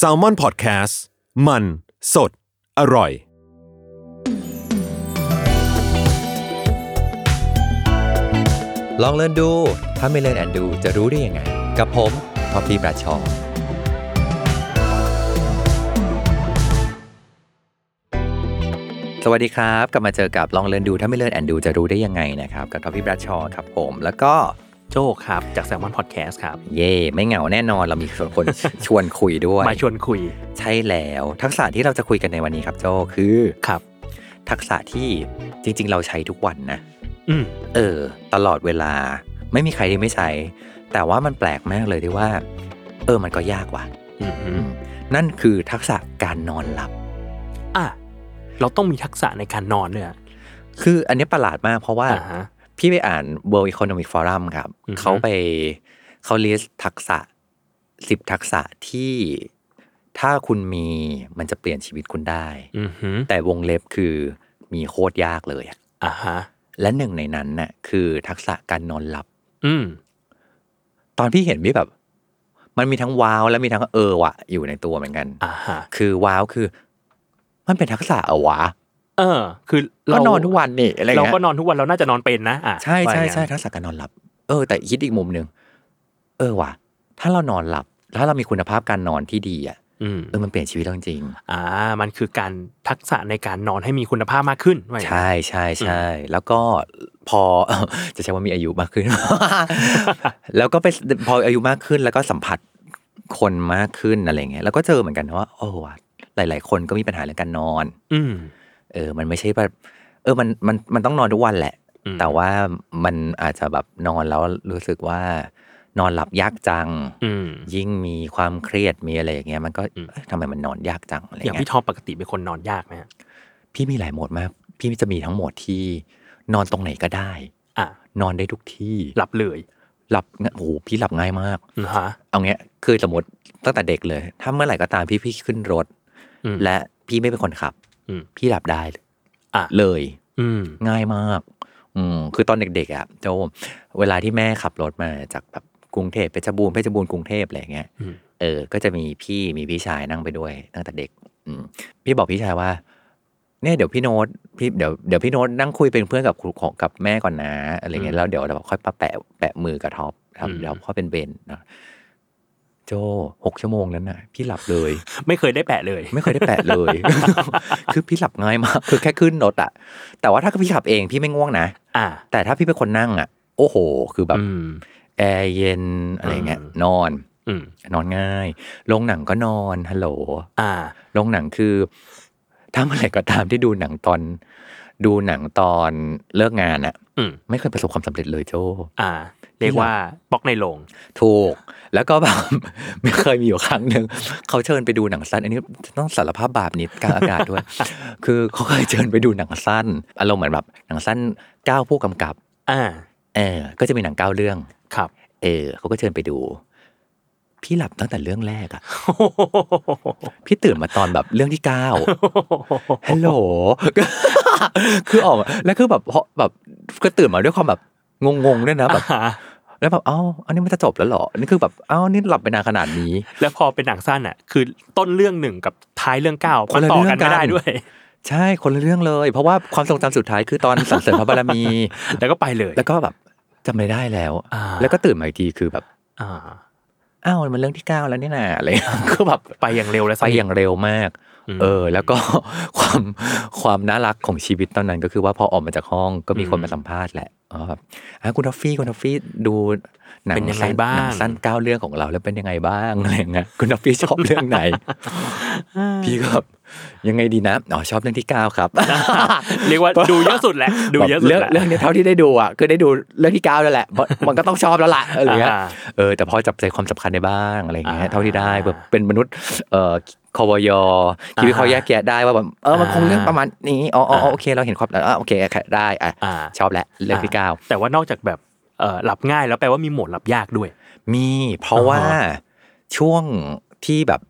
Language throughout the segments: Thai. s a l m o n PODCAST มันสดอร่อย ลองเลินดู ถ้าไม่เลินแอนดูจะรู้ได้ยังไง กับผมท็อปฟี่ประชอสวัสดีครับ กลับมาเจอกับลองเลินดู ถ้าไม่เลินแอนดูจะรู้ได้ยังไงนะครับ กับท็อปฟี่ประชอครับผม แล้วก็ โจครับ จากแซลมอนพอดแคสต์ครับ เย่ ไม่เหงาแน่นอน เรามีชวนคน ชวนคุยด้วย มาชวนคุย ใช่แล้ว ทักษะที่เราจะคุยกันในวันนี้ครับโจคือ ครับ ทักษะที่จริง ๆ เราใช้ทุกวันนะ อืม เออ ตลอดเวลาไม่มีใครที่ไม่ใช้ แต่ว่ามันแปลกมากเลยที่ว่า เออมันก็ยากว่ะ อื อื ม มนั่นคือทักษะการนอนหลับ อ่ะ เราต้องมีทักษะในการนอนเนี่ยอะ คืออันนี้ประหลาดมากเพราะว่า อ่าฮะ พี่ไปอ่าน World Economic Forum ครับ อือฮึ เขาไปเขาลิสต์ทักษะสิบทักษะที่ถ้าคุณมีมันจะเปลี่ยนชีวิตคุณได้ อือฮึ แต่วงเล็บคือมีโคตรยากเลยอะ อ่าฮะ และหนึ่งในนั้นน่ะคือทักษะการนอนหลับ อืม ตอนพี่เห็นพี่แบบ มันมีทั้งว้าว และมีทั้งเออวะอยู่ในตัวเหมือนกัน อ่าฮะ คือว้าวคือ มันเป็นทักษะเหรอวะ เออ คือ ก็ เรา นอนทุกวันนี่อะไร เรา เงี้ ก็ ย นอนทุกวันเราน่าจะนอนเป็นนะอ่ะ ใช่ใช่ ว่าอย่างนั้น ใช่ทักษะการนอนหลับ เออ แต่คิดอีกมุมหนึ่งเออว่ะถ้าเรานอนหลับ ถ้าเรามีคุณภาพการนอนที่ดีอ่ะ อืม เออมันเปลี่ยนชีวิตเราจริง อ่า มันคือการทักษะในการนอนให้มีคุณภาพมากขึ้นว่าอย่างนั้น ใช่ใช่ใช่ แล้วก็พอ จะใช้ว่ามีอายุมากขึ้น แล้วก็ไปพออายุมากขึ้นแล้วก็สัมผัสคนมากขึ้นอะไรเงี้ยแล้วก็เจอเหมือนกันนะว่าโอ้ว่ะหลาย ๆ คนก็มีปัญหาเรื่องการนอน อืม เออ มันไม่ใช่แบบเออ มัน มัน มันต้องนอนทุกวันแหละ อืม แต่ว่ามันอาจจะแบบนอนแล้วรู้สึกว่า นอนหลับยากจัง อืม ยิ่งมีความเครียด มีอะไรอย่างเงี้ย มันก็ อืม เอ๊ะทำไมมันนอนยากจังอะไร อย่าง เงี้ พี่ ย ทอมปกติเป็นคนนอนยากไหมฮะ พี่มีหลายโหมดมาก พี่จะมีทั้งโหมดที่นอนตรงไหนก็ได้ อ่ะ นอนได้ทุกที่ หลับเลย หลับง่ายโอ้โห พี่หลับง่ายมาก นะฮะ เอาเงี้ย คือสมมติตั้งแต่เด็กเลย ถ้าเมื่อไหร่ก็ตามพี่พี่ขึ้นรถ อืม และพี่ไม่เป็นคนขับ อืม พี่หลับได้เลย อ่ะ เลย อืม ง่ายมาก อืม คือตอนเด็กๆอ่ะโจเวลาที่แม่ขับรถมาจากแบบกรุงเทพเพชรบูรณ์เพชรบูรณ์กรุงเทพอะไรอย่างเงี้ย อืม เออ ก็จะมีพี่มีพี่ชายนั่งไปด้วย ตั้งแต่เด็ก อืม พี่บอกพี่ชายว่า เนี่ยเดี๋ยวพี่โน้ตพี่เดี๋ยวเดี๋ยวพี่โน้ตนั่งคุยเป็นเพื่อนกับครูของกับแม่ก่อนนะอะไรเงี้ยอืม แล้วเดี๋ยวเราค่อยปะแปะแปะมือกับท็อปครับ อืม เดี๋ยวพ่อเป็นเบนนะโจหกชั่วโมงนั้นน่ะ พี่หลับเลย ไม่เคยได้แปะเลย ไม่เคยได้แปะเลย คือพี่หลับง่ายมาก คือแค่ขึ้นรถอะแต่ว่าถ้าพี่ขับเองพี่ไม่ง่วงนะ อ่ะ แต่ถ้าพี่เป็นคนนั่งอ่ะ โอ้โห คือแบบ อืม แอร์เย็นอะไรเงี้ย อืม นอน อืม นอนง่ายโรงหนังก็นอนฮัลโหล อ่า โรงหนังคือ ถ้าเมื่อไหร่ก็ตามที่ดูหนังตอน ดูหนังตอนเลิกงานอะ อืม ไม่เคยประสบความสำเร็จเลยโจ อ่า เรียกว่าบล็อกในโรง ถูก แล้วก็แบบ ไม่เคยมีอยู่ครั้งหนึ่งเขาเชิญไปดูหนังสั้น อันนี้ต้องสารภาพบาปนิดกลางอากาศด้วย คือเขาเคยเชิญไปดูหนังสั้นอารมณ์เหมือนแบบหนังสั้นเก้าผู้กำกับ อ่า เออก็จะมีหนังเก้าเรื่อง ครับ เออเขาก็เชิญไปดู พี่หลับตั้งแต่เรื่องแรกอะพี่ตื่นมาตอนแบบเรื่องที่เก้า ฮัลโหล คือออกมาแล้วคือแบบพอแบบก็ตื่นมาด้วยความแบบงงๆด้วยนะแบบ อ่า แล้วแบบเอ้าอันนี้มันจะจบแล้วเหรอนี่คือแบบเอ้านี่หลับไปนานขนาดนี้ แล้วพอเป็นหนังสั้นอ่ะ คือต้นเรื่องหนึ่งกับท้ายเรื่องเก้า ค มัน น ละ ต่อ เรื่อกัน งกัน ไม่ได้ด้วย ใช่คนละเรื่องเลย เพราะว่าความทรงจำสุดท้ายคือตอนสรรเสริญพระบารมี แล้วก็ไปเลย แล้วก็แบบจำไม่ได้แล้ว อ่า แล้วก็ตื่นมาอีกทีคือแบบ อ่า อ้าวมันเรื่องที่เก้าแล้วนี่นาอะไร ก็แบบ ไปอย่างเร็วและ สไป นิท อย่างเร็วมาก ม เออ แล้วก็ ความความน่ารักของชีวิตตอนนั้นก็คือว่าพอออกมาจากห้องก็มีคน อืม มาสัมภาษณ์แหละอ๋อแบบอ่ะคุณทอฟฟี่คุณทอฟฟี่ดูหนัง เป็นยังไง สั้น บ้าง หนังสั้นเก้าเรื่องของเราแล้วเป็นยังไงบ้างอะไรอย่างเงี้ยคุณทอฟฟี่ช อบเรื่องไหน พี่ก็แบบยังไงดีนะอ๋อชอบเรื่องที่เก้าครับ เรียกว่า ดูเยอะสุดแหละ ดูเยอะสุด เรื่อง แหละ เรื่องเนี้ยเท่าที่ได้ดูอ่ะคือได้ดูเรื่องที่เก้าแล้วแหละ เพราะมันก็ต้องชอบแล้วล่ะอะไรเงี้ย า เออแต่พอจับใจความสำคัญได้บ้างอะไรเงี้ย อ่า เท่าที่ได้แบบเป็นมนุษย์เอ่อคอวยอคิดวิเคราะห์แยกแยะได้ว่าแบบเออมันคงเรื่องประมาณนี้อ๋ออ๋ออ๋อโอเคเราเห็นความอ่ะโอเคได้อ่ะ อ่า ชอบแล้วเรื่องที่เก้า แต่ว่านอกจากแบบเอ่อหลับง่ายแล้วแปลว่ามีโหมดหลับยากด้วย มีเพราะว่าช่วงที่แบบ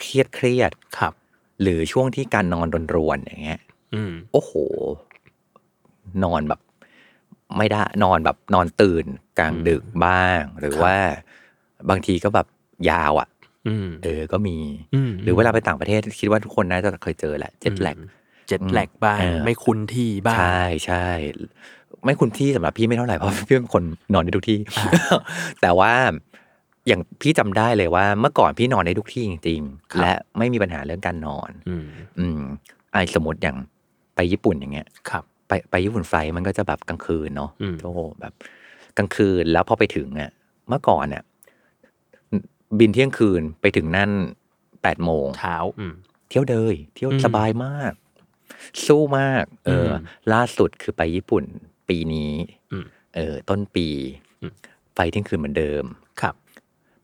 เครียดเครียด ครับ ๆหรือช่วงที่การนอนรนรวนๆอย่างเงี้ย อืม โอ้โห นอนแบบ ไม่ได้นอนแบบนอนตื่นกลาง อืม ดึกบ้าง หรือว่าบางทีก็แบบยาวอะ่ะ อืม เออก็มี ม หรือเวลาไปต่างประเทศคิดว่าทุกคนน่าจะเคยเจอแหละเจ็ดแลก เจ็ดแหลกบ้าง เออ ไม่คุ้นที่บ้าง ใช่ใช่ ไม่คุ้นที่สำหรับพี่ไม่เท่าไหร่ เพราะพี่เป็นคนนอนได้ทุกที่ แต่ว่าอย่างพี่จำได้เลยว่า เมื่อก่อนพี่นอนได้ทุกที่จริง ครัๆบและไม่มีปัญหาเรื่องการนอน อืม อืมไอสมมติอย่างไปญี่ปุ่นอย่างเงี้ย ครับ ไปไปญี่ปุ่นไฟล์มันก็จะแบบกลางคืนเนาะ อืม โอ้โหแบบกลางคืนแล้วพอไปถึงอ่ะเมื่อก่อนเนี่ยบินเที่ยงคืนไปถึงนั่นแปดโมง เช้าอืม เที่ยวเลยเที่ยว อืม สบายมาก สู้มาก เอออ ม ล่าสุดคือไปญี่ปุ่นปีนี้ อืม เออ ต้นปี อืม ไฟเที่ยงคืนเหมือนเดิม ครับ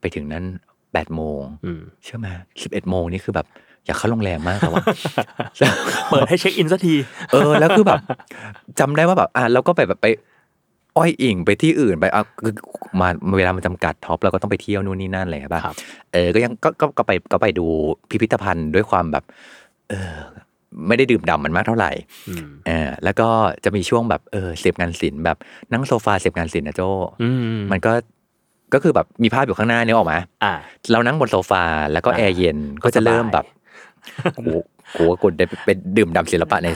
ไปถึงนั่นแปดโมง อืม เชื่อไหมสิบเอ็ดโมงนี่คือแบบ อยากเข้าโรงแรมมากแต่ ว่า เปิดให้เช็คอินสักที เออแล้วคือแบบจำได้ว่าแบบอ่ะเราก็ไปแบบไปอ้อยอิงไปที่อื่นไปอ่ะคือมาเวลามันจำกัดท็อปเราก็ต้องไปเที่ยวนู่นนี่นั่นอะไรอย่างเงี้ยป่ะ ครับ เออก็ยังก็ก็ก็ไปก็ไปดูพิพิธภัณฑ์ด้วยความแบบ เออ ไม่ได้ดื่มด่ำมันมากเท่าไหร่ อืม เออแล้วก็จะมีช่วงแบบเออเสพงานศิลป์แบบนั่งโซฟาเสพงานศิลป์นะโจ อืม มันก็ก็คือแบบมีภาพอยู่ข้างหน้าเนี่ยออกมา อ่า เรานั่งบนโซฟาแล้วก็ อ่า แอร์เย็นก็จะเริ่มแบบ โหกูว่ากูได้ไปดื่มด่ำศิลปะใน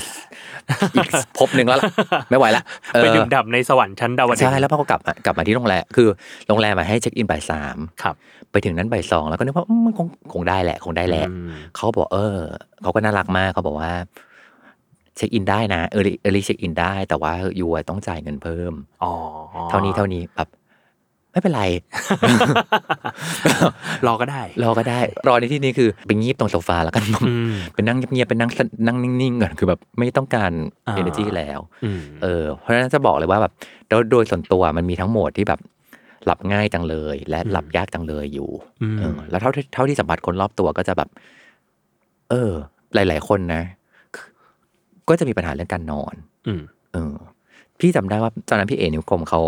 อีกภพหนึ่งแล้วล่ะ ไม่ไหวละเออ ไปดื่มด่ำในสวรรค์ชั้นดาวดึง ใช่แล้วพอก็กลับมากลับมาที่โรงแรมคือโรงแรมมาให้เช็คอินบ่ายสาม ครับ ไปถึงนั้นบ่ายสองแล้วก็นึกว่าอืมมันคงคงได้แหละคงได้แหละ อืม เขาก็บอกเออเขาก็น่ารักมากเขาบอกว่า เช็คอินได้นะเออเออเช็คอินได้ แต่ว่ายูอะต้องจ่ายเงินเพิ่ม อ๋อ เท่านี้เท่านี้แบบไม่เป็นไร รอก็ได้ รอก็ได้ รอในที่นี้คือไปงีบตรงโซฟาแล้วกัน อืม ไปนั่งเงียบๆไปนั่งสนั่งนิ่งๆก่อนคือแบบไม่ต้องการ อ่า energy แล้ว อืม เออ เพราะฉะนั้นจะบอกเลยว่าแบบโดยโดยส่วนตัวมันมีทั้งโหมดที่แบบหลับง่ายจังเลย และ อืม หลับยากจังเลยอยู่ อืม เออแล้วเท่าที่เท่าที่สัมผัสคนรอบตัวก็จะแบบ เออ หลาย ๆ คนนะ ก็จะมีปัญหาเรื่องการนอน อืม เออพี่จำได้ว่าตอนนั้นพี่เอนิ้วกลมเขา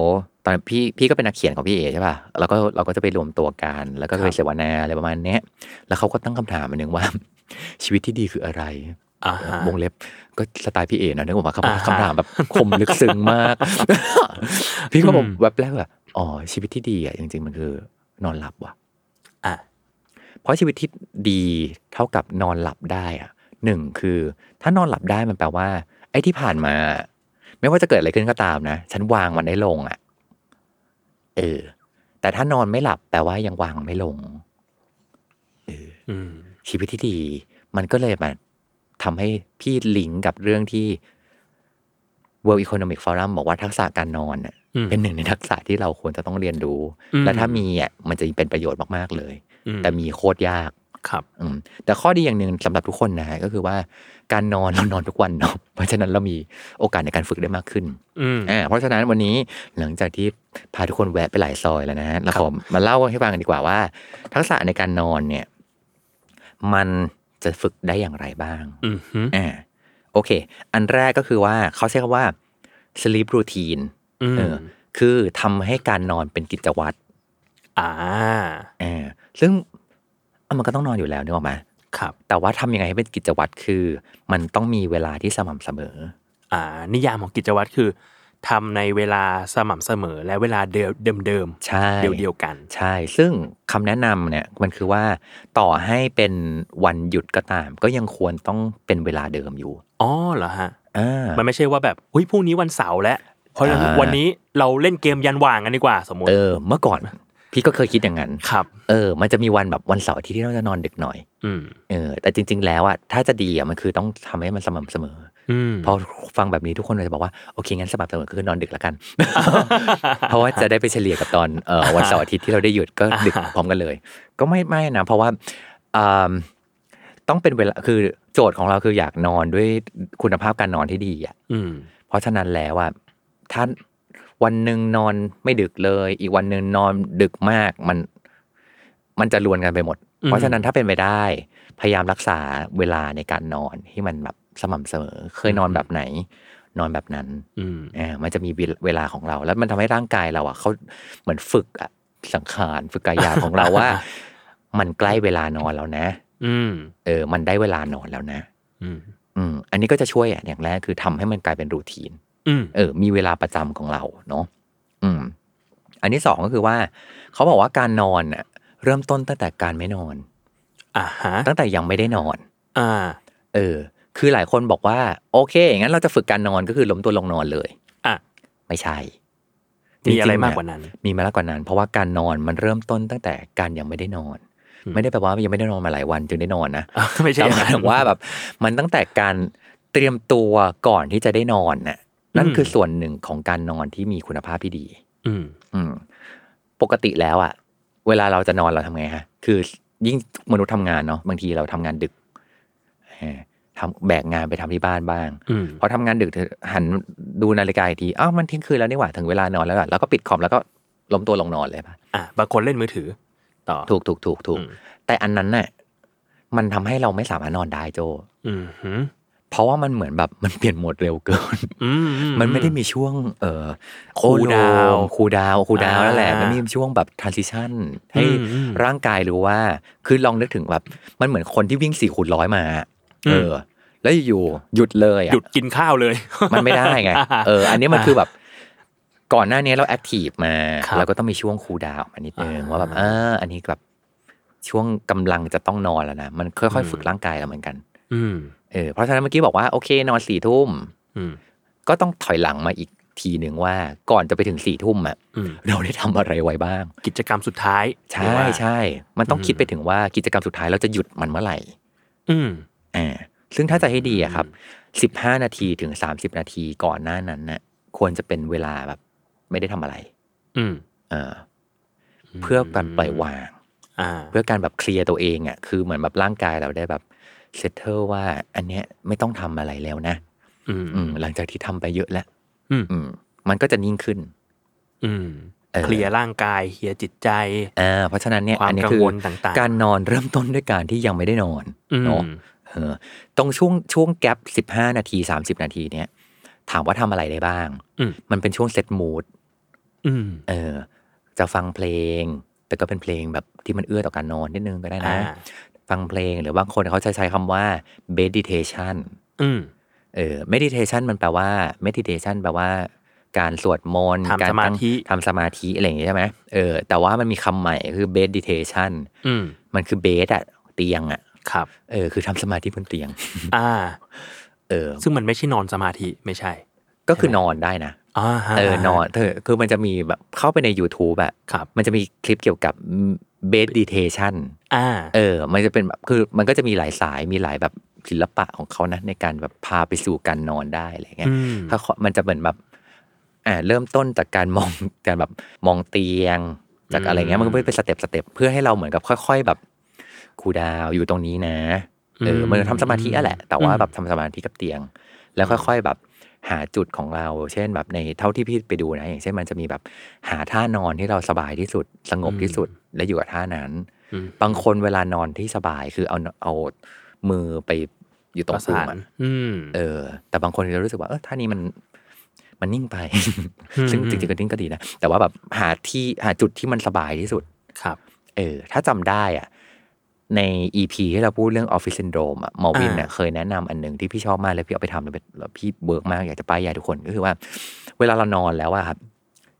ตอนนนพี่พี่ก็เป็นนักเขียนของพี่เอใช่ป่ะแล้วก็เราก็จะไปรวมตัวกัน แล้วก็ไป ครับ เสวนาอะไรประมาณเนี้ยแล้วเขาก็ตั้งคำถามอันหนึ่งว่า ชีวิตที่ดีคืออะไร อ่าฮะ วงเล็บก็สไตล์พี่เอนะนึกออกมา อ่า คำ ฮะ คำถามแบบคมลึกซึ้ง มาก พี่ก็บอก อืม แวบแรกว่าอ๋อชีวิตที่ดีอ่ะจริง ๆ มันคือนอนหลับว่ะ อ่า เพราะชีวิตที่ดีเท่ากับนอนหลับได้อะหนึ่งคือ ถ้านอนหลับได้มันแปลว่า ไอ้ที่ผ่านมา ไม่ว่าจะเกิดอะไรขึ้นก็ตามนะฉันวางมันได้ลงอะเออ แต่ถ้านอนไม่หลับแปลว่ายังวางไม่ลง อืม ชีวิตที่ดี มันก็เลยมาทำให้พี่ลิงก์กับเรื่องที่ World Economic Forum บอกว่าทักษะการนอนน่ะ อืม เป็นหนึ่งในทักษะที่เราควรจะต้องเรียนรู้ อืม และถ้ามีอ่ะมันจะเป็นประโยชน์มากๆเลย อืม แต่มีโคตรยาก ครับ อืมแต่ข้อดีอย่างหนึ่งสำหรับทุกคนนะฮะก็คือว่าการนอน เรานอนทุกวันเนาะเพราะฉะนั้นเรามีโอกาสในการฝึกได้มากขึ้น อืม อ่าเพราะฉะนั้นวันนี้หลังจากที่พาทุกคนแวะไปหลายซอยแล้วนะฮะเราขอมาเล่าให้ฟังกันดีกว่าว่า ทักษะในการนอนเนี่ย มันจะฝึกได้อย่างไรบ้าง อืมฮึ อ่าโอเค อันแรกก็คือว่าเขาใช้คำว่า sleep routine อืม เออ คือทำให้การนอนเป็นกิจวัตร อ่า อ่าซึ่งอ่ะมันก็ต้องนอนอยู่แล้วนึกออกไหม ครับ แต่ว่าทำยังไงให้เป็นกิจวัตรคือ มันต้องมีเวลาที่สม่ำเสมอ อ่า นิยามของกิจวัตรคือทำในเวลาสม่ำเสมอและเวลาเดิมเดิมเดิม ใช่ เดียวเดียวกัน ใช่ ซึ่งคำแนะนำเนี่ยมันคือว่าต่อให้เป็นวันหยุดก็ตาม ก็ยังควรต้องเป็นเวลาเดิมอยู่ อ๋อเหรอฮะ อ่า มันไม่ใช่ว่าแบบอุ้ยพรุ่งนี้วันเสาร์แล้วเพราะฉะนั้น อ่า วันนี้เราเล่นเกมยันหว่างกันดีกว่าสมมติ เออ เมื่อก่อน พี่ก็เคยคิดอย่างนั้น ครับ เออ มันจะมีวันแบบวันเสาร์อาทิตย์ที่เราจะนอนดึกหน่อย อืม เออ แต่จริง ๆ แล้วอะถ้าจะดีอะมันคือต้องทำให้มันสม่ำเสมอ อืม พอฟังแบบนี้ทุกคนเลยจะบอกว่าโอเคงั้นสม่ำเสมอคือนอนดึกละกัน เพราะว่าจะได้ไปเฉลี่ยกับตอนเอ่ อวันเสาร์อาทิตย์ที่เราได้หยุดก็ดึก อ่าฮะ พร้อมกันเลย ก็ไม่ไม่นะเพราะว่าอ่าต้องเป็นเวลาคือโจทย์ของเราคืออยากนอนด้วยคุณภาพการนอนที่ดีอ่ะ อืม เพราะฉะนั้นแล้วอ่ะถ้าวันหนึ่งนอนไม่ดึกเลย อีกวันหนึ่งนอนดึกมากมัน มันจะรวนกันไปหมด อืม เพราะฉะนั้นถ้าเป็นไปได้ พยายามรักษาเวลาในการนอนให้มันแบบสม่ำเสมอ เคยนอนแบบไหน นอนแบบนั้น อืม อ่ามันจะมีเวลเวลาของเรา แล้วมันทำให้ร่างกายเราอ่ะเขาเหมือนฝึกอ่ะสังขารฝึกกายาของเรา ว่า มันใกล้เวลานอนแล้วนะ อืม เออ มันได้เวลานอนแล้วนะ อืม อืม อันนี้ก็จะช่วยอ่ะอย่างแรกคือทำให้มันกลายเป็นรูทีน อืม เออ มีเวลาประจำของเราเนาะ อืม อันที่สองก็คือว่า เขาบอกว่าการนอนน่ะเริ่มต้นตั้งแต่การไม่นอน อ่าฮะ ตั้งแต่ยังไม่ได้นอน อ่า เออ คือหลายคนบอกว่า โอเค งั้นเราจะฝึกการนอนก็คือล้มตัวลงนอนเลย อ่ะ ไม่ใช่ มีอะไร จงๆ มากกว่านั้น มีมากกว่านั้น เพราะว่าการนอนมันเริ่มต้นตั้งแต่การยังไม่ได้นอน อืม ไม่ได้แปลว่ายังไม่ได้นอนมาหลายวันจึงได้นอนนะ อ่ะไม่ใช่ แต่ อย่า หมายงนั้น ถึงว่าแบบมันตั้งแต่การเตรียมตัวก่อนที่จะได้นอนน่ะ นั่น อืม คือส่วนหนึ่งของการนอนที่มีคุณภาพที่ดี อืม อืม ปกติแล้วอะเวลาเราจะนอนเราทำไงฮะ คือยิ่งมนุษย์ทำงานเนาะบางทีเราทำงานดึกเออทำแบกงานไปทำที่บ้านบ้าง อืม พอทำงานดึกเธอหันดูนาฬิกาอีกทีอ้าวมันเที่ยงคืนแล้วนี่หว่าถึงเวลานอนแล้วอะแล้วก็ปิดคอมแล้วก็ล้มตัวลงนอนเลยปะ อ่ะบางคนเล่นมือถือ ต่อ ถูกถูกถูกถูก อืม แต่อันนั้นน่ะมันทำให้เราไม่สามารถนอนได้โจ อืมหืม เพราะว่ามันเหมือนแบบมันเปลี่ยนโหมดเร็วเกิน อืม มันไม่ได้มีช่วง เอ่อ Cool down คูดาวคูดาว อ่า นั่นแหละ มันไม่มีช่วงแบบ transition ให้ อืมอืม ร่างกายรู้ว่า คือลองนึกถึงแบบ มันเหมือนคนที่วิ่งสี่คูณร้อยมา อืม เออ แล้วอยู่ๆหยุดเลยอะ หยุดกินข้าวเลย มันไม่ได้ไง เออ อันนี้มันคือแบบ ก่อนหน้านี้เราแอคทีฟมา ครับ เราก็ต้องมีช่วงคูดาวมานิดนึง อ่า ว่าแบบ เออ อันนี้แบบช่วงกำลังจะต้องนอนแล้วนะ มันค่อย อืม ๆฝึกร่างกายเราเหมือนกัน อืม เออ เพราะฉะนั้นเมื่อกี้บอกว่าโอเคนอนสี่ทุ่ม อืม ก็ต้องถอยหลังมาอีกทีหนึ่งว่าก่อนจะไปถึงสี่ทุ่มอะ อืม เราได้ทำอะไรไว้บ้าง กิจกรรมสุดท้าย ใช่ หรือว่า ใช่ มันต้อง อืม คิดไปถึงว่ากิจกรรมสุดท้ายเราจะหยุดมันเมื่อไหร่ อืม อ่าซึ่งถ้าจะให้ดีอะครับสิบห้านาทีถึงสามสิบนาทีก่อนหน้านั้นน่ะควรจะเป็นเวลาแบบ ไม่ได้ทำอะไร อืม เออเพื่อการปล่อยวาง อ่า เพื่อการแบบเคลียร์ตัวเองอะคือเหมือนแบบร่างกายเราได้แบบเซตเทิลว่าอันเนี้ยไม่ต้องทำอะไรแล้วนะ อืม อืม หลังจากที่ทำไปเยอะแล้ว อืม อืม มันก็จะนิ่งขึ้น อืม เออ เคลียร์ร่างกาย เคลียร์จิตใจ อ่าเพราะฉะนั้นเนี่ย ความ อันนี้ กัง คือ วลต่างๆ การนอนเริ่มต้นด้วยการที่ยังไม่ได้นอน อืม เนาะเออตรงช่วงช่วงแกลบสิบห้านาทีสามสิบนาทีเนี่ย ถามว่าทำอะไรได้บ้าง อืม มันเป็นช่วงเซตมูด อืม เออ จะฟังเพลง แต่ก็เป็นเพลงแบบที่มันเอื้อต่อการนอนนิดนึงก็ได้นะ อ่า ฟังเพลงหรือบางคนเขาใช้ใช้คำว่า meditation อืม เออ meditation มันแปลว่า meditation แปลว่า การสวดมนต์ ทำ การตั้ง สมาธิ ทำสมาธิอะไรอย่างเงี้ยใช่ไหมเออแต่ว่ามันมีคำใหม่คือ meditation อืม มันคือเบสอะเตียงอะ ครับ เออคือทำสมาธิบนเตียง อ่า เออ ซึ่งมันไม่ใช่นอนสมาธิไม่ใช่ ก็คือนอนได้นะ อ่าฮะ เออนอนเธอคือมันจะมีแบบเข้าไปใน YouTube อะ ครับ มันจะมีคลิปเกี่ยวกับเบสดีเทชัน อ่า เออ มันจะเป็นแบบคือมันก็จะมีหลายสายมีหลายแบบศิลปะของเขานะในการแบบพาไปสู่การนอนได้อะไรเงี้ย อืม ถ้าเขามันจะเหมือนแบบอ่าเริ่มต้นจากการมอง การแบบมองเตียง จากอะไรเงี้ยมันก็เป็นสเต็ปสเต็ปเพื่อให้เราเหมือนกับค่อย ๆ แบบคูลดาวน์อยู่ตรงนี้นะ เออ ม มันทำสมาธิอะแหละ แต่ว่า อืม แบบทำสมาธิกับเตียง แล้วค่อยๆแบบหาจุดของเรา เช่นแบบในเท่าที่พี่ไปดูนะอย่างเช่นมันจะมีแบบหาท่านอนที่เราสบายที่สุด สงบที่สุดและอยู่กับท่านั้น อืม บางคนเวลานอนที่สบายคือเอาเอามือไปอยู่ตรง ประ ปุ่ สาม น อะ อืม เออ แต่บางคนจะรู้สึกว่าเออท่านี้มันมันนิ่งไป อืม ซึ่งจริงๆก็นิ่งก็ดีนะแต่ว่าแบบหาที่หาจุดที่มันสบายที่สุด ครับ เออ ถ้าจำได้อะใน EP ที่เราพูดเรื่อง Office Syndrome อะหมอวินเนี่ยเคยแนะนำอันหนึ่งที่พี่ชอบมากเลยพี่เอาไปทำแล้วเป็นแล้วพี่เบิร์กมาก อยากจะป้ายยาทุกคนก็คือว่า เวลาเรานอนแล้วอะครับ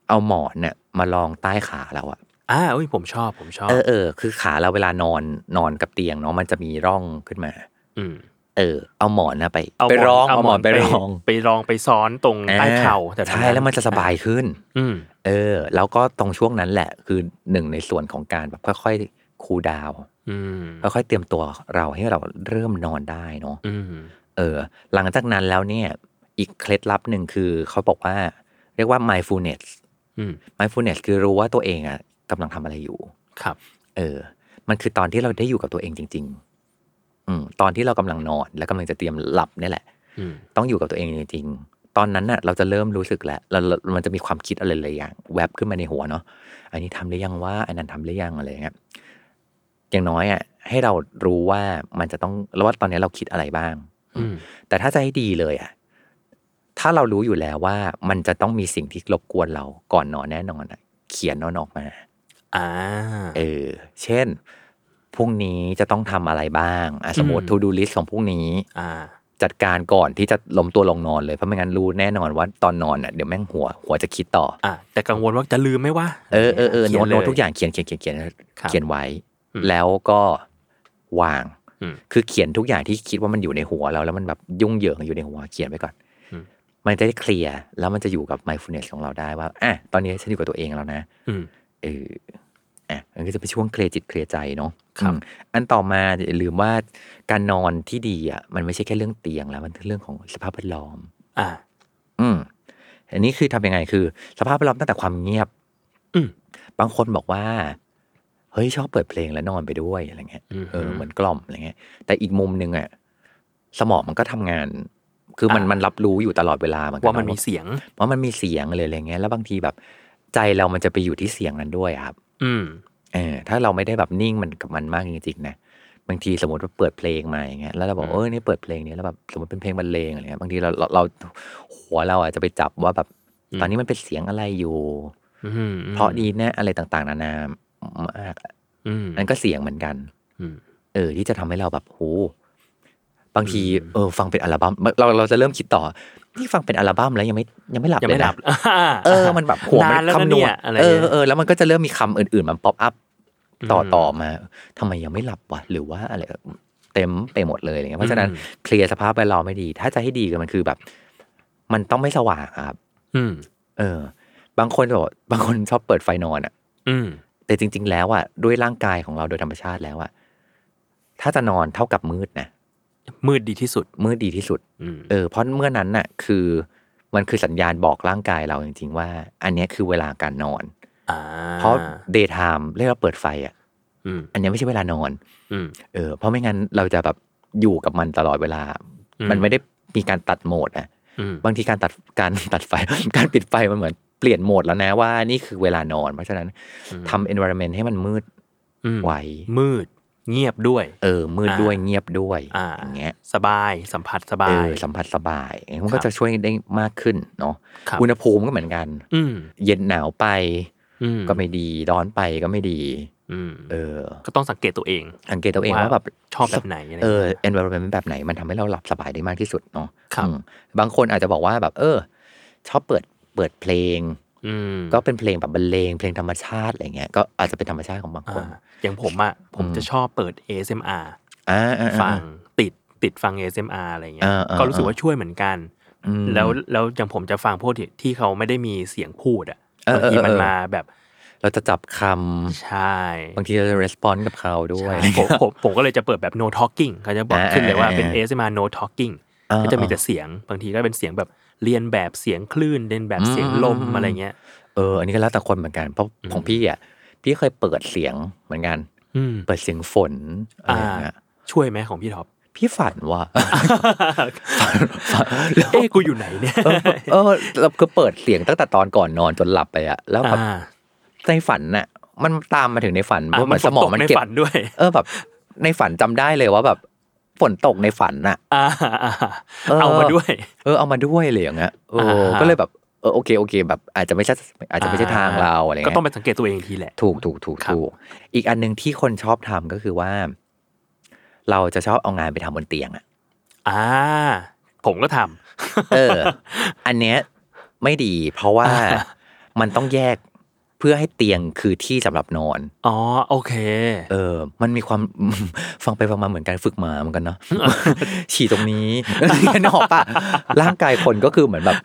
เอาหมอนเนี่ยมาลองใต้ขาเราอะ อ่าอุ้ยผมชอบผมชอบ เออเออคือขาเราเวลานอนนอนกับเตียงเนาะมันจะมีร่องขึ้นมา อืม เออ เอาหมอนนะไป เอา ไปรอง เอา เอา ห ห ม ม อ อน น ไป ไปรอง ไปรองไปซ้อนตรงใต้เข่าแต่ตรง ใช่แล้วมันจะสบายขึ้น อืม เออ แล้วก็ตรงช่วงนั้นแหละ คือหนึ่งในส่วนของการแบบค่อยๆคูลดาวน์ อืม ค่อยๆเตรียมตัวเราให้เราเริ่มนอนได้เนาะ อืม เออหลังจากนั้นแล้วเนี่ยอีกเคล็ดลับหนึ่งคือเขาบอกว่า เรียกว่า mindfulness อืม mindfulness คือรู้ว่าตัวเองอ่ะกำลังทำอะไรอยู่ ครับ เออ มันคือตอนที่เราได้อยู่กับตัวเองจริง ๆ อืมตอนที่เรากำลังนอน และกำลังจะเตรียมหลับเนี่ยแหละ อืม ต้องอยู่กับตัวเองจริงๆ ตอนนั้นน่ะเราจะเริ่มรู้สึกแล้วเราเรามันจะมีความคิดอะไรหลายอย่างแวบขึ้นมาในหัวเนาะอันนี้ทำหรือยังว่าอันนั้นทำหรือยังอะไรอย่างเงี้ยอย่างน้อยอ่ะให้เรารู้ว่ามันจะต้องแล้วว่าตอนนี้เราคิดอะไรบ้าง อืม แต่ถ้าจะให้ดีเลยอะถ้าเรารู้อยู่แล้วว่ามันจะต้องมีสิ่งที่รบกวนเราก่อนนอนแน่นอนอะเขียนนอนออกมา อ่า เออ เช่น พรุ่งนี้จะต้องทำอะไรบ้างอ่ะสมมติ อืม to do list ของพรุ่งนี้ อ่า จัดการก่อนที่จะล้มตัวลงนอนเลย เพราะไม่งั้นรู้แน่นอนว่าตอนนอนน่ะเดี๋ยวแม่งหัว หัวจะคิดต่อ อ่า แต่กังวลว่าจะลืมไหมวะ เออเออเออ ขี โน้ต เล โน้ตทุกอย่างเขียนเขียนเขียนเขียน ครับ เขียนไว้ อืม แล้วก็วาง อืม คือเขียนทุกอย่างที่คิดว่ามันอยู่ในหัวเรา แล้วมันแบบยุ่งเหยิงอยู่ในหัวเขียนไว้ก่อน อืม มันจะได้เคลียร์แล้วมันจะอยู่กับ mindfulness ของเราได้ว่าอ่ะตอนนี้ฉันอยู่กับตัวเองแล้วนะ อืม เอออ่ะมันก็จะเป็นช่วงเคลียร์จิตเคลียร์ใจเนาะ ครับ อืมอันต่อมาอย่าลืมว่าการนอนที่ดีอ่ะมันไม่ใช่แค่เรื่องเตียงแล้วมันคือเรื่องของสภาพแวดล้อม อ่า อืม อันนี้คือทำยังไงคือ สภาพแวดล้อมตั้งแต่ความเงียบ อืม บางคนบอกว่า เฮ้ยชอบเปิดเพลงแล้วนอนไปด้วยอะไรเงี้ย อืม เออเหมือนกล่อมอะไรเงี้ย แต่อีกมุมหนึ่งอ่ะสมองมันก็ทำงาน คือมัน อ่ามั มันรับรู้อยู่ตลอดเวลาเหมือนกั ว่ามัน เอะ มีเสียง ว่ามันมีเสียงเลยอะไรเงี้ย แล้วบางทีแบบ ใจเรามันจะไปอยู่ที่เสียงนั้นด้วยอะครับ อืม เออถ้าเราไม่ได้แบบนิ่งมันกับมันมากจริงๆนะบางทีสมมติว่าเปิดเพลงมาอย่างเงี้ยแล้วเราบอก อืม เออนี่เปิดเพลงนี้แล้วแบบสมมติเป็นเพลงบรรเลงอะไรเงี้ยบางทีเราเราเราหัวเราอาจจะไปจับว่าแบบตอนนี้มันเป็นเสียงอะไรอยู่ อืม เพราะดีนะอะไรต่างๆนานามาก อืม นั่นก็เสียงเหมือนกัน อืม เออ ที่จะทำให้เราแบบโหบางทีเออฟังเป็นอัลบั้มเราเราจะเริ่มคิดต่อนี่ฟังเป็นอัลบั้มแล้วยังไม่ยังไม่หลับ ยัง เล ไม่ ย หลั นะ บ า เออมันแบบหัวมัน านแล้วนะ คำนว เนี่ ณ ยอะไร เอองี้ย เออแล้วมันก็จะเริ่มมีคำอื่นๆมันป๊อปอัพ อืม ต่อต่อมาทำไมยังไม่หลับวะหรือว่าอะไรเต็มไปหมดเลยอะไรเงี้ยเพราะฉะนั้น อืม เคลียร์สภาพแวดล้อมไม่ดี ถ้าจะให้ดีก็มันคือแบบ มันต้องไม่สว่างอะครับ อืม เออ บางคนบอก บางคนชอบเปิดไฟนอนอะ อืม แต่จริง ๆ แล้วอะด้วยร่างกายของเราโดยธรรมชาติแล้วอะถ้าจะนอนเท่ากับมืดนะ มืดดีที่สุด มืดดีที่สุด อืม เออเพราะเมื่อนั้นน่ะ คือมันคือสัญญาณบอกร่างกายเราจริง ๆ ว่า อันเนี้ยคือเวลาการนอน อ่า เพราะเดย์ไทม์เรียกว่าเปิดไฟอะ อืม อันเนี้ยไม่ใช่เวลานอน อืม เออเพราะไม่งั้นเราจะแบบอยู่กับมันตลอดเวลา อืม มันไม่ได้มีการตัดโหมดนะ อืม บางทีการตัดการ ตัดไฟ การปิดไฟมันเหมือนเปลี่ยนโหมดแล้วนะว่านี่คือเวลานอน เพราะฉะนั้นทำ environment ให้มันมืด อืม ไว มืด เงียบด้วย เออ มืด อ่า ด้วยเงียบด้วย อ่า อย่างเงี้ย สบายสัมผัสสบา เอย อสัมผัสสบายมั ครั น บ ก็จะช่วยได้มากขึ้นเนาะ ครับ อุณหภูมิก็เหมือนกัน อืม เย็นหนาวไป อืม ก็ไม่ดี ร้อนไปก็ไม่ดี อืม เออ ก็ต้องสังเกตตัวเอง สังเกตตัวเองว่าแบบ ชอบแบบไหนอะไร เอ เงี้ย อ environment แบบไหนมันทำให้เราหลับสบายได้มากที่สุดเนาะ ครับ อืมบางคนอาจจะบอกว่าแบบ เออ ชอบเปิดเปิดเพลง อืม ก็เป็นเพลงแบบบรรเลงเพลงธรรมชาติอะไรเงี้ยก็อาจจะเป็นธรรมชาติของบางคน อ่าอย่างผมอ่ะผมจะชอบเปิด ASMR อ่าอ่า ฟั อ่า งติดติดฟัง ASMR อะไรเงี้ย อ่าอ่า ก็รู้สึกว่าช่วยเหมือนกัน อืม แล้วแล้วอย่างผมจะฟังพวกที่ที่เขาไม่ได้มีเสียงพูดอ่ะ เออบ างที เออเออ มันมาแบบ เราจะจับคำ ใช่ บางทีเราจะ respond กับเขาด้วย ใช่ผมผมผมก็เลยจะเปิดแบบ no talking เขาจะบอก อ่า ขึ้นเลยว่า อ่า เป็น อ่า ASMR no talking อ่า ก็จะมี อ่า แต่เสียง บางทีก็เป็นเสียงแบบเรียนแบบเสียงคลื่นเรียนแบบเสียงลม อืม อะไรเงี้ย เอออันนี้ก็แล้วแต่คนเหมือนกันเพราะ อืม ของพี่อ่ะพี่เคยเปิดเสียงเหมือนกัน อืม เปิดเสียงฝนอะไรอย่างเงี้ย ช่วยไหมของพี่ ท็อป พี่ฝันว่า เอ้กูอยู่ไหนเนี่ย เออเออเราก็เปิดเสียงตั้งแต่ตอนก่อนนอนจนหลับไปอะแล้วแบบ อ่า ในฝันน่ะมันตามมาถึงในฝันเพ อ่ะ ราะเหมืมัน อน ส ส ม ม อ อง ง มั มัน น ใน เก็บ ฝันด้วย เออแบบในฝันจำได้เลยว่าแบบฝนตกในฝันน่ะ อ่าอ่า เออ เอามาด้วย เออเอามาด้วยเลยอย่างเงี้ยเออ อ่า ก็เลยแบบเออโอเคโอเค แบบอาจจะไม่ใช่อาจจะไม่ใช่ทางเราอะไร ก็ เงี้ ต้อยงไปสังเกตตัวเองอีกทีแหละ ถูกถูกถูก ครับ ถูกอีกอันหนึ่งที่คนชอบทำก็คือว่า เราจะชอบเอางานไปทำบนเตียงอ่ ะ อ่า ผมก็ทำ เออ อันเนี้ยไม่ดี เพราะว่า อ่า มันต้องแยก เพื่อให้เตียงคือที่สำหรับนอน อ๋อโอเค เออ มันมี ความ ฟังไปฟังมาเหมือนการฝึกหมาเหมือนกันเนาะ ฉี่ตรงนี้ นกออกปะร่างกายคนก็คือเหมือนแบบ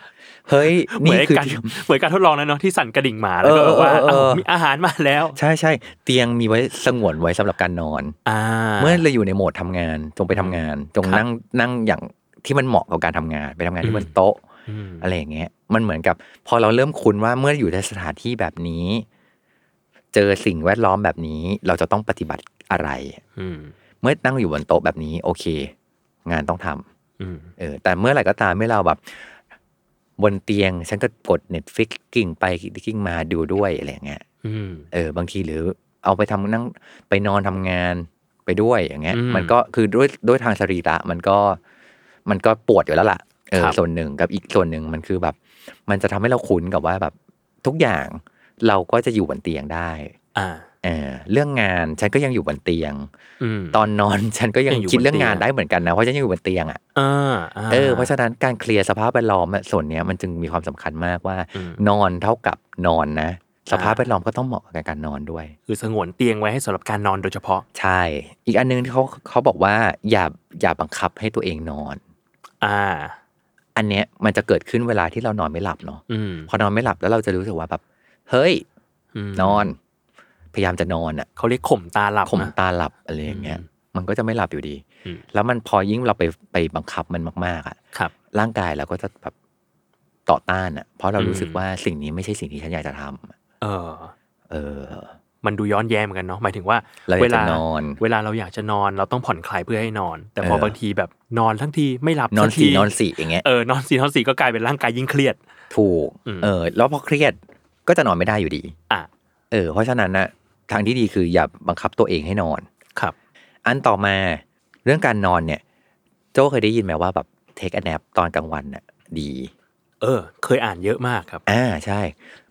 เฮ้ย เหมื นี่ อน คือ การเหมือนการทดลองนะเนาะที่สั่นกระดิ่งหมาแล้วก็ เออ แบบว่า เออเออ เอ้ามีอาหารมาแล้ว ใช่ใช่เตียงมีไว้สงวนไว้สำหรับการนอน อ่า เมื่อเราอยู่ในโหมดทำงานจงไปทำงานจง ครับ นั่งนั่งอย่างที่มันเหมาะกับการทำงาน ไปทำงานที่บนโต๊ะ ม อะไรอย่างเงี้ย มันเหมือนกับ พอเราเริ่มคุ้นว่าเมื่ออยู่ในสถานที่แบบนี้ เจอสิ่งแวดล้อมแบบนี้ เราจะต้องปฏิบัติอะไร อืม เมื่อนั่งอยู่บนโต๊ะแบบนี้ โอเค งานต้องทำ อืม เออ แต่เมื่อไหร่ก็ตามเมื่อเราแบบ บนเตียง ฉันก็กดเน็ตฟิกกิ่งไปกิ่งมาดูด้วยอะไรอย่างเงี้ย อืม เออบางทีหรือเอาไปทำนั่งไปนอนทำงานไปด้วยอย่างเงี้ย อืม มันก็คือด้วยด้วยทางสรีระมันก็มันก็ปวดอยู่แล้วล่ะเออ ครับ ส่วนหนึ่งกับอีกส่วนหนึ่งมันคือแบบ มันจะทำให้เราคุ้นกับว่าแบบทุกอย่างเราก็จะอยู่บนเตียงได้ อ่า เออเรื่องงานฉันก็ยังอยู่บนเตียง อืม ตอนนอน ฉันก็ยัง ยังอยู่ คิดเรื่อง บนเตียง งานได้เหมือนกันนะเพราะฉันยังอยู่บนเตียงอ่ะ อ่าอ่า เออเพราะฉะนั้นการเคลียร์สภาพแวดล้อมอะส่วนเนี้ยมันจึงมีความสำคัญมากว่า อืม นอนเท่ากับนอนนะ สภาพ อ่า แวดล้อมก็ต้องเหมาะกับการนอนด้วย คือสงวนเตียงไว้ให้สำหรับการนอนโดยเฉพาะ ใช่ อีกอันนึงที่เขาเขาบอกว่าอย่าอย่าบังคับให้ตัวเองนอน อ่า อันเนี้ยมันจะเกิดขึ้นเวลาที่เรานอนไม่หลับเนาะ อืม พอนอนไม่หลับแล้วเราจะรู้สึกว่าแบบ เฮ้ย ม นอน พยายามจะนอนอะ เขาเรียกข่มตาหลับ ข่ม นะ ตาหลับอะไรอย่างเงี้ย อืม มันก็จะไม่หลับอยู่ดี อืม แล้วมันพอยิ่งเราไปไปบังคับมันมากๆอะ ครับ ร่างกายเราก็จะแบบต่อต้านอะเพราะเรา อืม รู้สึกว่าสิ่งนี้ไม่ใช่สิ่งที่ฉันอยากจะทำ เออ เออ มันดูย้อนแย้งเหมือนกันเนาะหมายถึงว่า เราอยากจะนอน เวลาเราอยากจะนอนเราต้องผ่อนคลายเพื่อให้นอน แต่พอ เออ บางทีแบบนอนทั้งทีไม่หลับ นอน ทั้ง สี ที นอนสีอย่างเงี้ย เออนอนสีนอนสีก็กลายเป็นร่างกายยิ่งเครียด ถูก อืม เออ แล้วพอเครียดก็จะนอนไม่ได้อยู่ดี อ่ะ เออเพราะฉะนั้นนะทางที่ดีคืออย่าบังคับตัวเองให้นอน ครับ อันต่อมาเรื่องการนอนเนี่ย โจ้เคยได้ยินไหมว่าแบบ take a nap ตอนกลางวันน่ะดี เออ เคยอ่านเยอะมากครับ อ่าใช่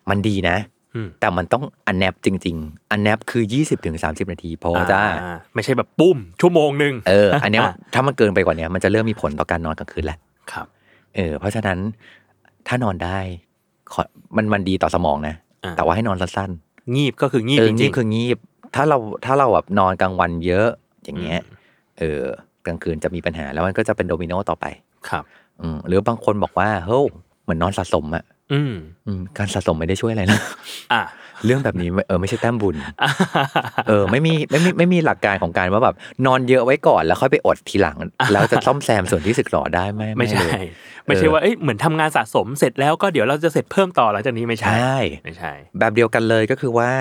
มันดีนะ อืม แต่มันต้อง a nap จริง ๆ a nap คือ 20-30 นาทีพอจ้า อ่ไม่ใช่แบบปุ้ม ชั่วโมงหนึ่ง เอ อ อันเนี้ยถ้ามันเกินไปกว่าเนี้ยมันจะเริ่มมีผลต่อการนอนกลางคืนแหละ ครับ เออเพราะฉะนั้นถ้านอนได้ขอมันมันดีต่อสมองนะ อ่า แต่ว่าให้นอนสั้นๆ งีบก็คืองีบ เออ จริ นี่ ง คืองีบถ้าเราถ้าเราแบบนอนกลางวันเยอะอย่างเงี้ย เออกลางคืนจะมีปัญหาแล้วมันก็จะเป็นโดมิโนต่อไป ๆ ครับ อืมหรือบางคนบอกว่าเฮ้ยเหมือนนอนสะสมอะ อืม อืมการสะสมไม่ได้ช่วยอะไรนะ อ่ะ เรื่องแบบนี้ไม่เออไม่ใช่แต้มบุญ เออไม่มีไม่มีไม่มีหลักการของการว่าแบบนอนเยอะไว้ก่อนแล้วค่อยไปอดทีหลัง แล้วจะซ่อมแซมส่วนที่สึกหรอได้ไหม ไม่ใช่ เลย ไม่ใช่ เออ ว่าเอ้ยเหมือนทำงานสะสมเสร็จแล้วก็เดี๋ยวเราจะเสร็จเพิ่มต่อหลังจากนี้ไม่ ใช ใช่ ่ ไม่ใช่ แบบเดียวกันเลยก็คือว่า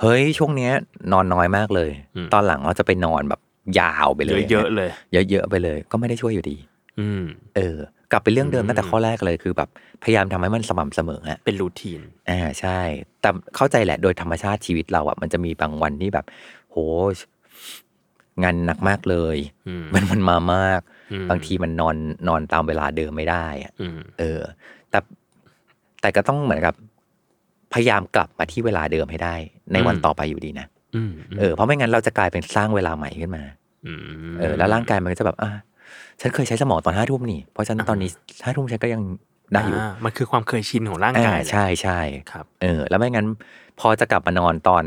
เฮ้ยช่วงเนี้ย นอนน้อยมากเลย อืม ตอนหลังเราจะไปนอนแบบยาวไปเลย เยอะๆเลย เยอะๆไปเลย ก็ไม่ได้ช่วยอยู่ดี อืม เออ กลับไปเรื่องเดิม อืม ตั้งแต่ข้อแรกเลยคือแบบพยายามทำให้มันสม่ำเสมออะ เป็นรูทีน อ่าใช่ แต่เข้าใจแหละโดยธรรมชาติชีวิตเราอะมันจะมีบางวันที่แบบ โห งานหนักมากเลย อืม มันมันมามาก อืม บางทีมันนอนนอนตามเวลาเดิมไม่ได้อะ อืม เออ แต่แต่ก็ต้องเหมือนกับ พยายามกลับมาที่เวลาเดิมให้ได้ ในวันต่อไปอยู่ดีนะ อืม เออเพราะไม่งั้นเราจะกลายเป็นสร้างเวลาใหม่ขึ้นมา ม เออแล้วร่างกายมันก็จะแบบอ่ะฉันเคยใช้สมองตอนห้าทุ่มนี่ เพราะฉะนัน อ่า ตอนนี้ห้าทุ่มฉันก็ยังได้อยู่ ามันคือความเคยชินของร่าอ่ากงายแหละ ใช่ใช่ ครับ เออ แล้วไม่งั้น พอจะกลับมานอนตอน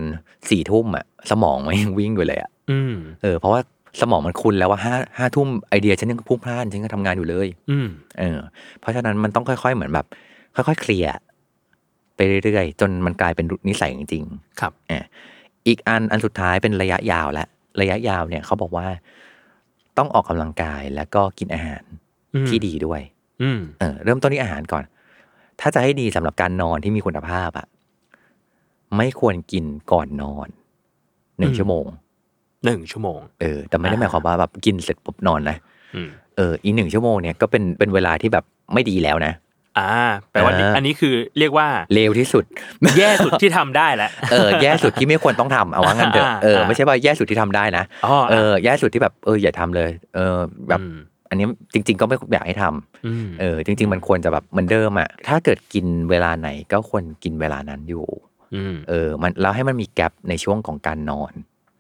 สี่ทุ่มอ่ะสมองมันยังวิ่งอยู่เลยอ่ะ อืม เออเพราะว่าสมองมันคุ้นแล้วว่าห้าห้าทุ่มไอเดียฉันยังพลุ่งพล่านฉันก็ทำงานอยู่เลย อืม เออเพราะฉะนั้นมันต้องค่อย ๆ เหมือนแบบ ค่อย ๆ เคลียร์ไปเรื่อยๆจนมันกลายเป็นนิสัยจริง ๆ ครับ อ่ะอีกอันอันสุดท้ายเป็นระยะยาวและระยะยาวเนี่ยเขาบอกว่าต้องออกกำลังกายแล้วก็กินอาหาร อืม ที่ดีด้วย อืม เออเริ่มต้นที่อาหารก่อน ถ้าจะให้ดีสำหรับการนอนที่มีคุณภาพอะไม่ควรกินก่อนนอนหนึ่ง อืม ชั่วโมง หนึ่งชั่วโมง เออ แต่ไม่ได้หมายความว่าแบบกินเสร็จปุ๊บนอนนะ อืม เอออีกหนึ่งชั่วโมงเนี่ยก็เป็นเป็นเวลาที่แบบไม่ดีแล้วนะ อ่า แปลว่า อ่า อันนี้คือเรียก ว่า เลวที่สุด แย่สุดที่ทำได้แล้ว เออแย่สุดที่ไม่ควรต้องทำเอาว่างั้นเถอะ อ่า เออ อ่า ไม่ใช่ว่าแย่สุดที่ทำได้นะ อ๋อ เออแย่สุดที่แบบเอออย่าทำเลย เออแบบ อืม อันนี้จริง ๆ ก็ไม่อยากให้ทำ อืม เออจริง ๆ มันควรจะแบบเหมือนเดิมอะถ้าเกิดกินเวลาไหนก็ควรกินเวลานั้นอยู่ อืม เออ มันแล้วให้มันมีแกลบในช่วงของการนอน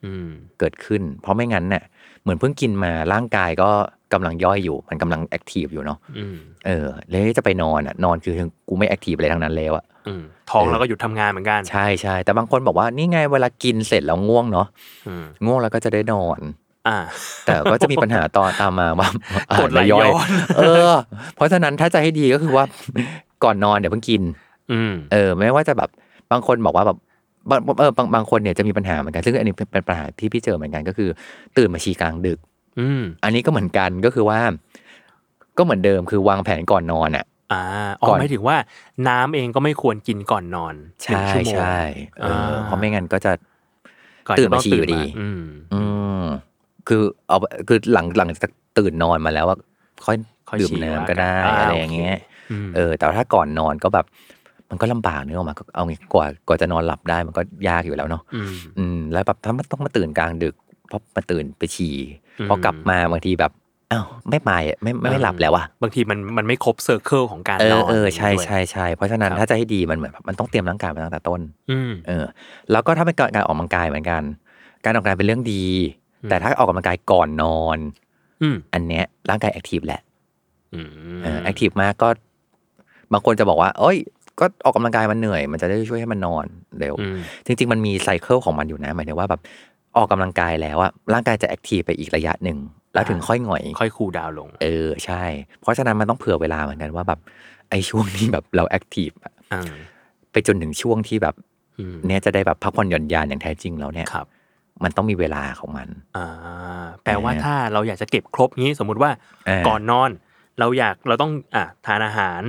อืม เกิดขึ้น เพราะไม่งั้นน่ะเหมือนเพิ่งกินมาร่างกายก็กำลังย่อยอยู่ มันกำลังแอคทีฟอยู่เนาะ อืม เออเลยจะไปนอนอะนอนคือกูไม่แอคทีฟอะไรทั้งนั้นแล้วอะ อืมท้อง เออ เราก็หยุดทำงานเหมือนกัน ใช่ใช่แต่บางคนบอกว่านี่ไงเวลากินเสร็จแล้วง่วงเนาะ อืม ง่วงแล้วก็จะได้นอน อ่า แต่ก็จะมีปัญหาตอนตามมา ว่าก ดไหลย้อน เออ เพราะฉะนั้นถ้าจะให้ดีก็คือว่า ก่อนนอนเดี๋ยวเพิ่งกิน อืม เออไม่ว่าจะแบบบางคนบอกว่าแบบบางเออบางบางคนเนี่ยจะมีปัญหาเหมือนกันซึ่งอันนี้เป็นปัญหาที่พี่เจอเหมือนกันก็คือ ตื่นมาฉี่กลางดึก อืม อันนี้ก็เหมือนกันก็คือว่า ก็เหมือนเดิมคือวางแผนก่อนนอนอ่ะ อ่าอ๋อ ก่อน หมายถึงว่าน้ำเองก็ไม่ควรกินก่อนนอน ใช่ หนึ่งวโมง ใช่เอออา เพราะไม่งั้นก็จะ ก่อน ตื่นมาฉี่อยู่ดี จะต้งตื่นมาอืม อืมคือเอาคือหลังหลังจากตื่นนอนมาแล้วว่าค่อย ค่อย ดื่ม ฉี่ว่า น้ำก็ได้ อ่า อะไรอย่างเงี้ย โอเค ม เออแต่ว่าถ้าก่อนนอนก็แบบ มันก็ลำบากเนื้อออกมาก็เอาไงกว่ากว่าจะนอนหลับได้มันก็ยากอยู่แล้วเนาะ ม อืม แล้วแบบถ้ามันต้องมาตื่นกลางดึกเพราะมาตื่นไปฉี่ อืม พอกลับมาบางทีแบบอ้าวไม่ไปอะไม่ไม่ไม่หลับแล้วอะ บางทีมันมันไม่ครบเซอร์เคิลของการ เอน อ อน เออใช่ ด้วย ใช่ใช่เพราะฉะนั้น ครับ ถ้าจะให้ดีมันเหมือนแบบมันต้องเตรียมร่างกายมาตั้งแต่ต้น อืม เออ แล้วก็ถ้าเป็นการออกกำลังกายเหมือนกัน การออกกำลังกายเป็นเรื่องดี อืม แต่ถ้าออกกำลังกายก่อนนอน อืม อันเนี้ยร่างกายแอคทีฟแหละ อืม แอคทีฟมากก็บางคนจะบอกว่า เอ้ย ก็ออกกำลังกายมันเหนื่อย มันจะได้ช่วยให้มันนอนเร็ว อืม จริง ๆ มันมีไซเคิลของมันอยู่นะหมายถึงว่าแบบออกกำลังกายแล้วอะร่างกายจะแอคทีฟไปอีกระยะหนึ่ง แล้วถึงค่อยหง่อย ค่อยคูลดาวน์ลง เออ ใช่ เพราะฉะนั้นมันต้องเผื่อเวลาเหมือนกันว่าแบบไอ้ช่วงที่แบบเราแอคทีฟอะ อ่า ไปจนถึงช่วงที่แบบ อืม เนี่ยจะได้แบบพักผ่อนหย่อนยานอย่างแท้จริงแล้วเนี่ย ครับ มันต้องมีเวลาของมัน อ่าแปลว่า เออ ถ้าเราอยากจะเก็บครบงี้สมมุติว่า เออ ก่อนนอน เราอยากเราต้องอ่ะทานอาหาร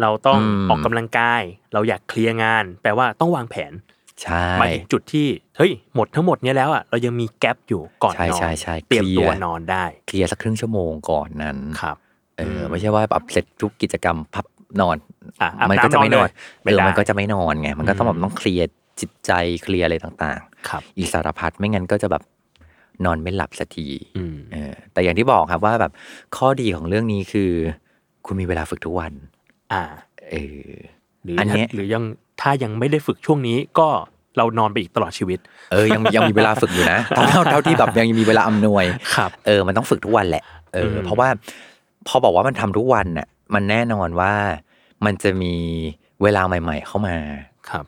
เราต้อง อืม ออกกำลังกาย เราอยากเคลียร์งาน แปลว่าต้องวางแผน ใช่ หมายถึงจุดที่เฮ้ยหมดทั้งหมดเนี้ยแล้วอ่ะเรายังมีแกลบอยู่ก่อน ใช่ นอน ใช่ใช่ เตรียม เคลียร์ ตัวนอนได้ เคลียร์สักครึ่งชั่วโมงก่อนนั้น ครับ เออ อืม ไม่ใช่ว่าแบบเสร็จทุกกิจกรรมพับนอน อ่ะอาบ มัก็จะไม่นอน น้ำนอนเลยไม่ เออ ได้ มันก็จะไม่นอนไง มันก็ต้อง อื แบ ม บต้องเคลียร์จิตใจเคลียร์อะไรต่าง ครับ ๆ อีกสารพัดไม่งั้นก็จะแบบนอนไม่หลับสักที อืม เออแต่อย่างที่บอกครับว่าแบบข้อดีของเรื่องนี้คือ คุณมีเวลาฝึกทุกวัน อ่า เออ หรือ อั อั นเนี้ย หรือยังถ้ายังไม่ได้ฝึกช่วงนี้ก็เรานอนไปอีกตลอดชีวิต เออยังยังมีเวลาฝึกอยู่นะ เท่าเท่าเท่าที่แบบยังมีเวลาอำนวย ครับ เออ มันต้องฝึกทุกวันแหละ เอออ ม เพราะว่าพอบอกว่ามันทำทุกวันน่ะ มันแน่นอนว่ามันจะมีเวลาใหม่ ๆ เข้ามา ครับ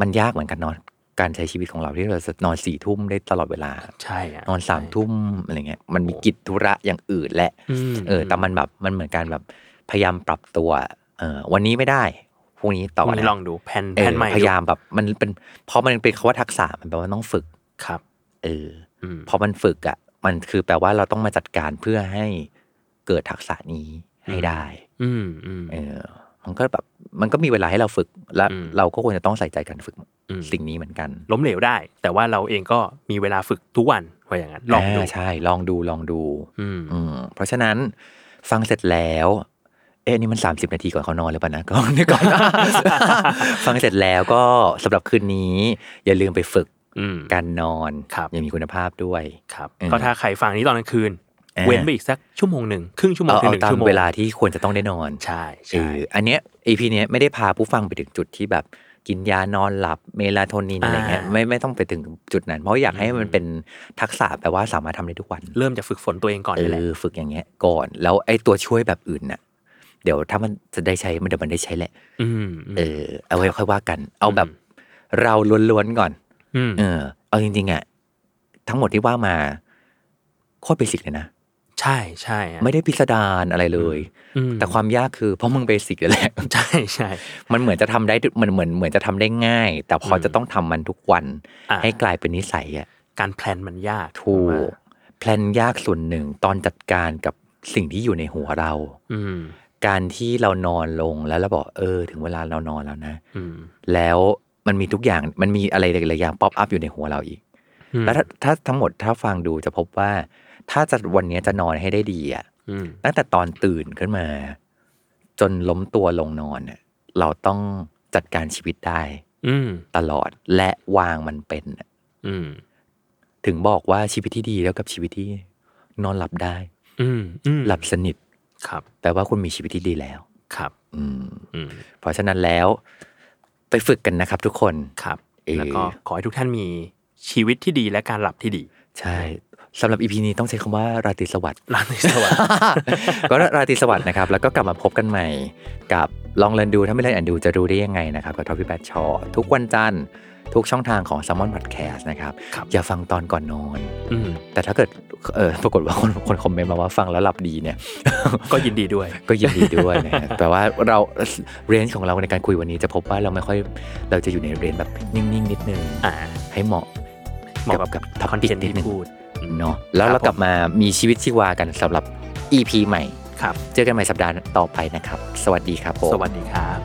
มันยากเหมือนกันเนอนการใช้ชีวิตของเราที่เราจะนอนสี่ทุ่มได้ตลอดเวลา ใช่อะ นอนสามทุ่มอะไรเงี้ยมันมีกิจธุระอย่างอื่นแหละ ม เออ แต่มันแบบมันเหมือนการแบบพยายามปรับตัวเออวันนี้ไม่ได้พรุ่งนี้ต่อ พรุ่งนี้ นะ ลองดูแผ่น เอ แผ่ อน ใหม่ พยายามแบบมันเป็นพอมันเป็นคำว่าทักษะมันแปลว่าต้องฝึก ครับ เออ อืม พอมันฝึกอ่ะ มันคือแปลว่าเราต้องมาจัดการเพื่อให้เกิดทักษะนี้ให้ได้ อืมอืม เออ มันก็แบบมันก็มีเวลาให้เราฝึกและ อืม เราก็ควรจะต้องใส่ใจการฝึก อืม สิ่งนี้เหมือนกัน ล้มเหลวได้ แต่ว่าเราเองก็มีเวลาฝึกทุกวันว่าอย่างนั้นลองดู าใช่ ลองดูลองดู อืม อืมเพราะฉะนั้นฟังเสร็จแล้ว เอ๊ะอันนี่มัน 30 นาทีก่อนเขานอนหรือเปล่านะ ก่อนนึกก่อน ฟังเสร็จแล้วก็สำหรับคืนนี้ อย่าลืมไปฝึก อืม การนอน ครับ อย่างมีคุณภาพด้วย ครับ เออ ก็ถ้าใครฟังนี้ตอนกลางคืน เออ เว้นไปอีกสักชั่วโมงหนึ่งครึ่งชั่วโมง เอา ถึง เอา หนึ่ง ตาม ชั่วโมง เวลาที่ควรจะต้องได้นอน ใช่ เอ ใช่ ออันเนี้ย EP เนี้ยไม่ได้พาผู้ฟังไปถึงจุดที่แบบกินยานอนหลับเมลาโทนินอะไรเงี้ยไม่ไม่ต้องไปถึงจุดนั้น เพราะอยากให้มันเป็นทักษะแปลว่าสามารถทำได้ทุกวัน เริ่มจากฝึกฝนตัวเองก่อน เอ นี่แหละ อฝึกอย่างเงี้ยก่อน แล้วไอ้ตัวช่วยแบบอื่นน่ะ เดี๋ยวถ้ามันจะได้ใช้มันเดี๋ยวมันได้ใช้แหละ อืมอืม เออ เอาไว้ค่อยว่ากัน เอาแบบ อืม เราล้วนๆก่อน อืม เออ เอาจริงๆอ่ะทั้งหมดที่ว่ามาโคตรเบสิกเลยนะ ใช่ใช่อะ ไม่ได้พิสดารอะไรเลย อืม แต่ความ ยากคือเพราะมึงเบสิกนั่นแหละ ใช่ใช่ มันเหมือนจะทำได้ทุกมันเหมือนเหมือนจะทำได้ง่าย แต่พออ ม จะต้องทำมันทุกวัน อ่า ให้กลายเป็นนิสัยอ่ะ การแพลนมันยาก ถู ผมว่าก แพลนยากส่วนหนึ่งตอนจัดการกับสิ่งที่อยู่ในหัวเรา อืม การที่เรานอนลงแล้วเราบอกเออ ถึงเวลาเรานอนแล้วนะ อืม แล้วมันมีทุกอย่างมันมีอะไรหลายๆอย่างป๊อปอัพอยู่ในหัวเราอีก อืม แล้วถ้าถ้าทั้งหมดถ้าฟังดูจะพบว่า ถ้าจะวันเนี้ยจะนอนให้ได้ดีอ่ะ อืม ตั้งแต่ตอนตื่นขึ้นมา จนล้มตัวลงนอนเนี่ยเราต้องจัดการชีวิตได้ อืม ตลอดและวางมันเป็นน่ะ อืม ถึงบอกว่าชีวิตที่ดีแล้วกับชีวิตที่นอนหลับได้ อืมอืม หลับสนิท ครับ แปลว่าคุณมีชีวิตที่ดีแล้ว ครับ อืม อืม เพราะฉะนั้นแล้วไปฝึกกันนะครับทุกคน ครับ เออ แล้วก็ขอให้ทุกท่านมีชีวิตที่ดีและการหลับที่ดี ใช่สำหรับอีพีนี้ต้องใช้คำว่าราตรีสวัสดิ์ ร้านนี้สวัสดิ์ ก็ราตรีสวัสดิ์นะครับ แล้วก็กลับมาพบกันใหม่ กับลองเรียนดูถ้าไม่เรียนอ่านดูจะรู้ได้ยังไงนะครับกับทอพี่แบทชอทุกวันจันทร์ทุกช่องทางของ s ซ m มอนพอดแคสต์นะครับ ครับ อย่าฟังตอนก่อนนอน อืม แต่ถ้าเกิดเออปรากฏว่าคนคนคอมเมนต์มาว่าฟังแล้วหลับดีเนี่ย ก็ยินดีด้วย ก็ยินดีด้วยนะฮะ แต่ว่าเราเรนจ์ของเราในการคุยวันนี้จะพบว่าเราไม่ค่อยเราจะอยู่ในเรนจ์แบบนิ่งๆนิดนึง อ่า ให้เหมาะ เหมาะกับ กับ คอนเทนต์ที่ นึง พูด เนาะแล้วเรากลับมามีชีวิตชีวากันสำหรับ EP ใหม่ ครับ เจอกันใหม่สัปดาห์ต่อไปนะครับ สวัสดีครับผม สวัสดีครับ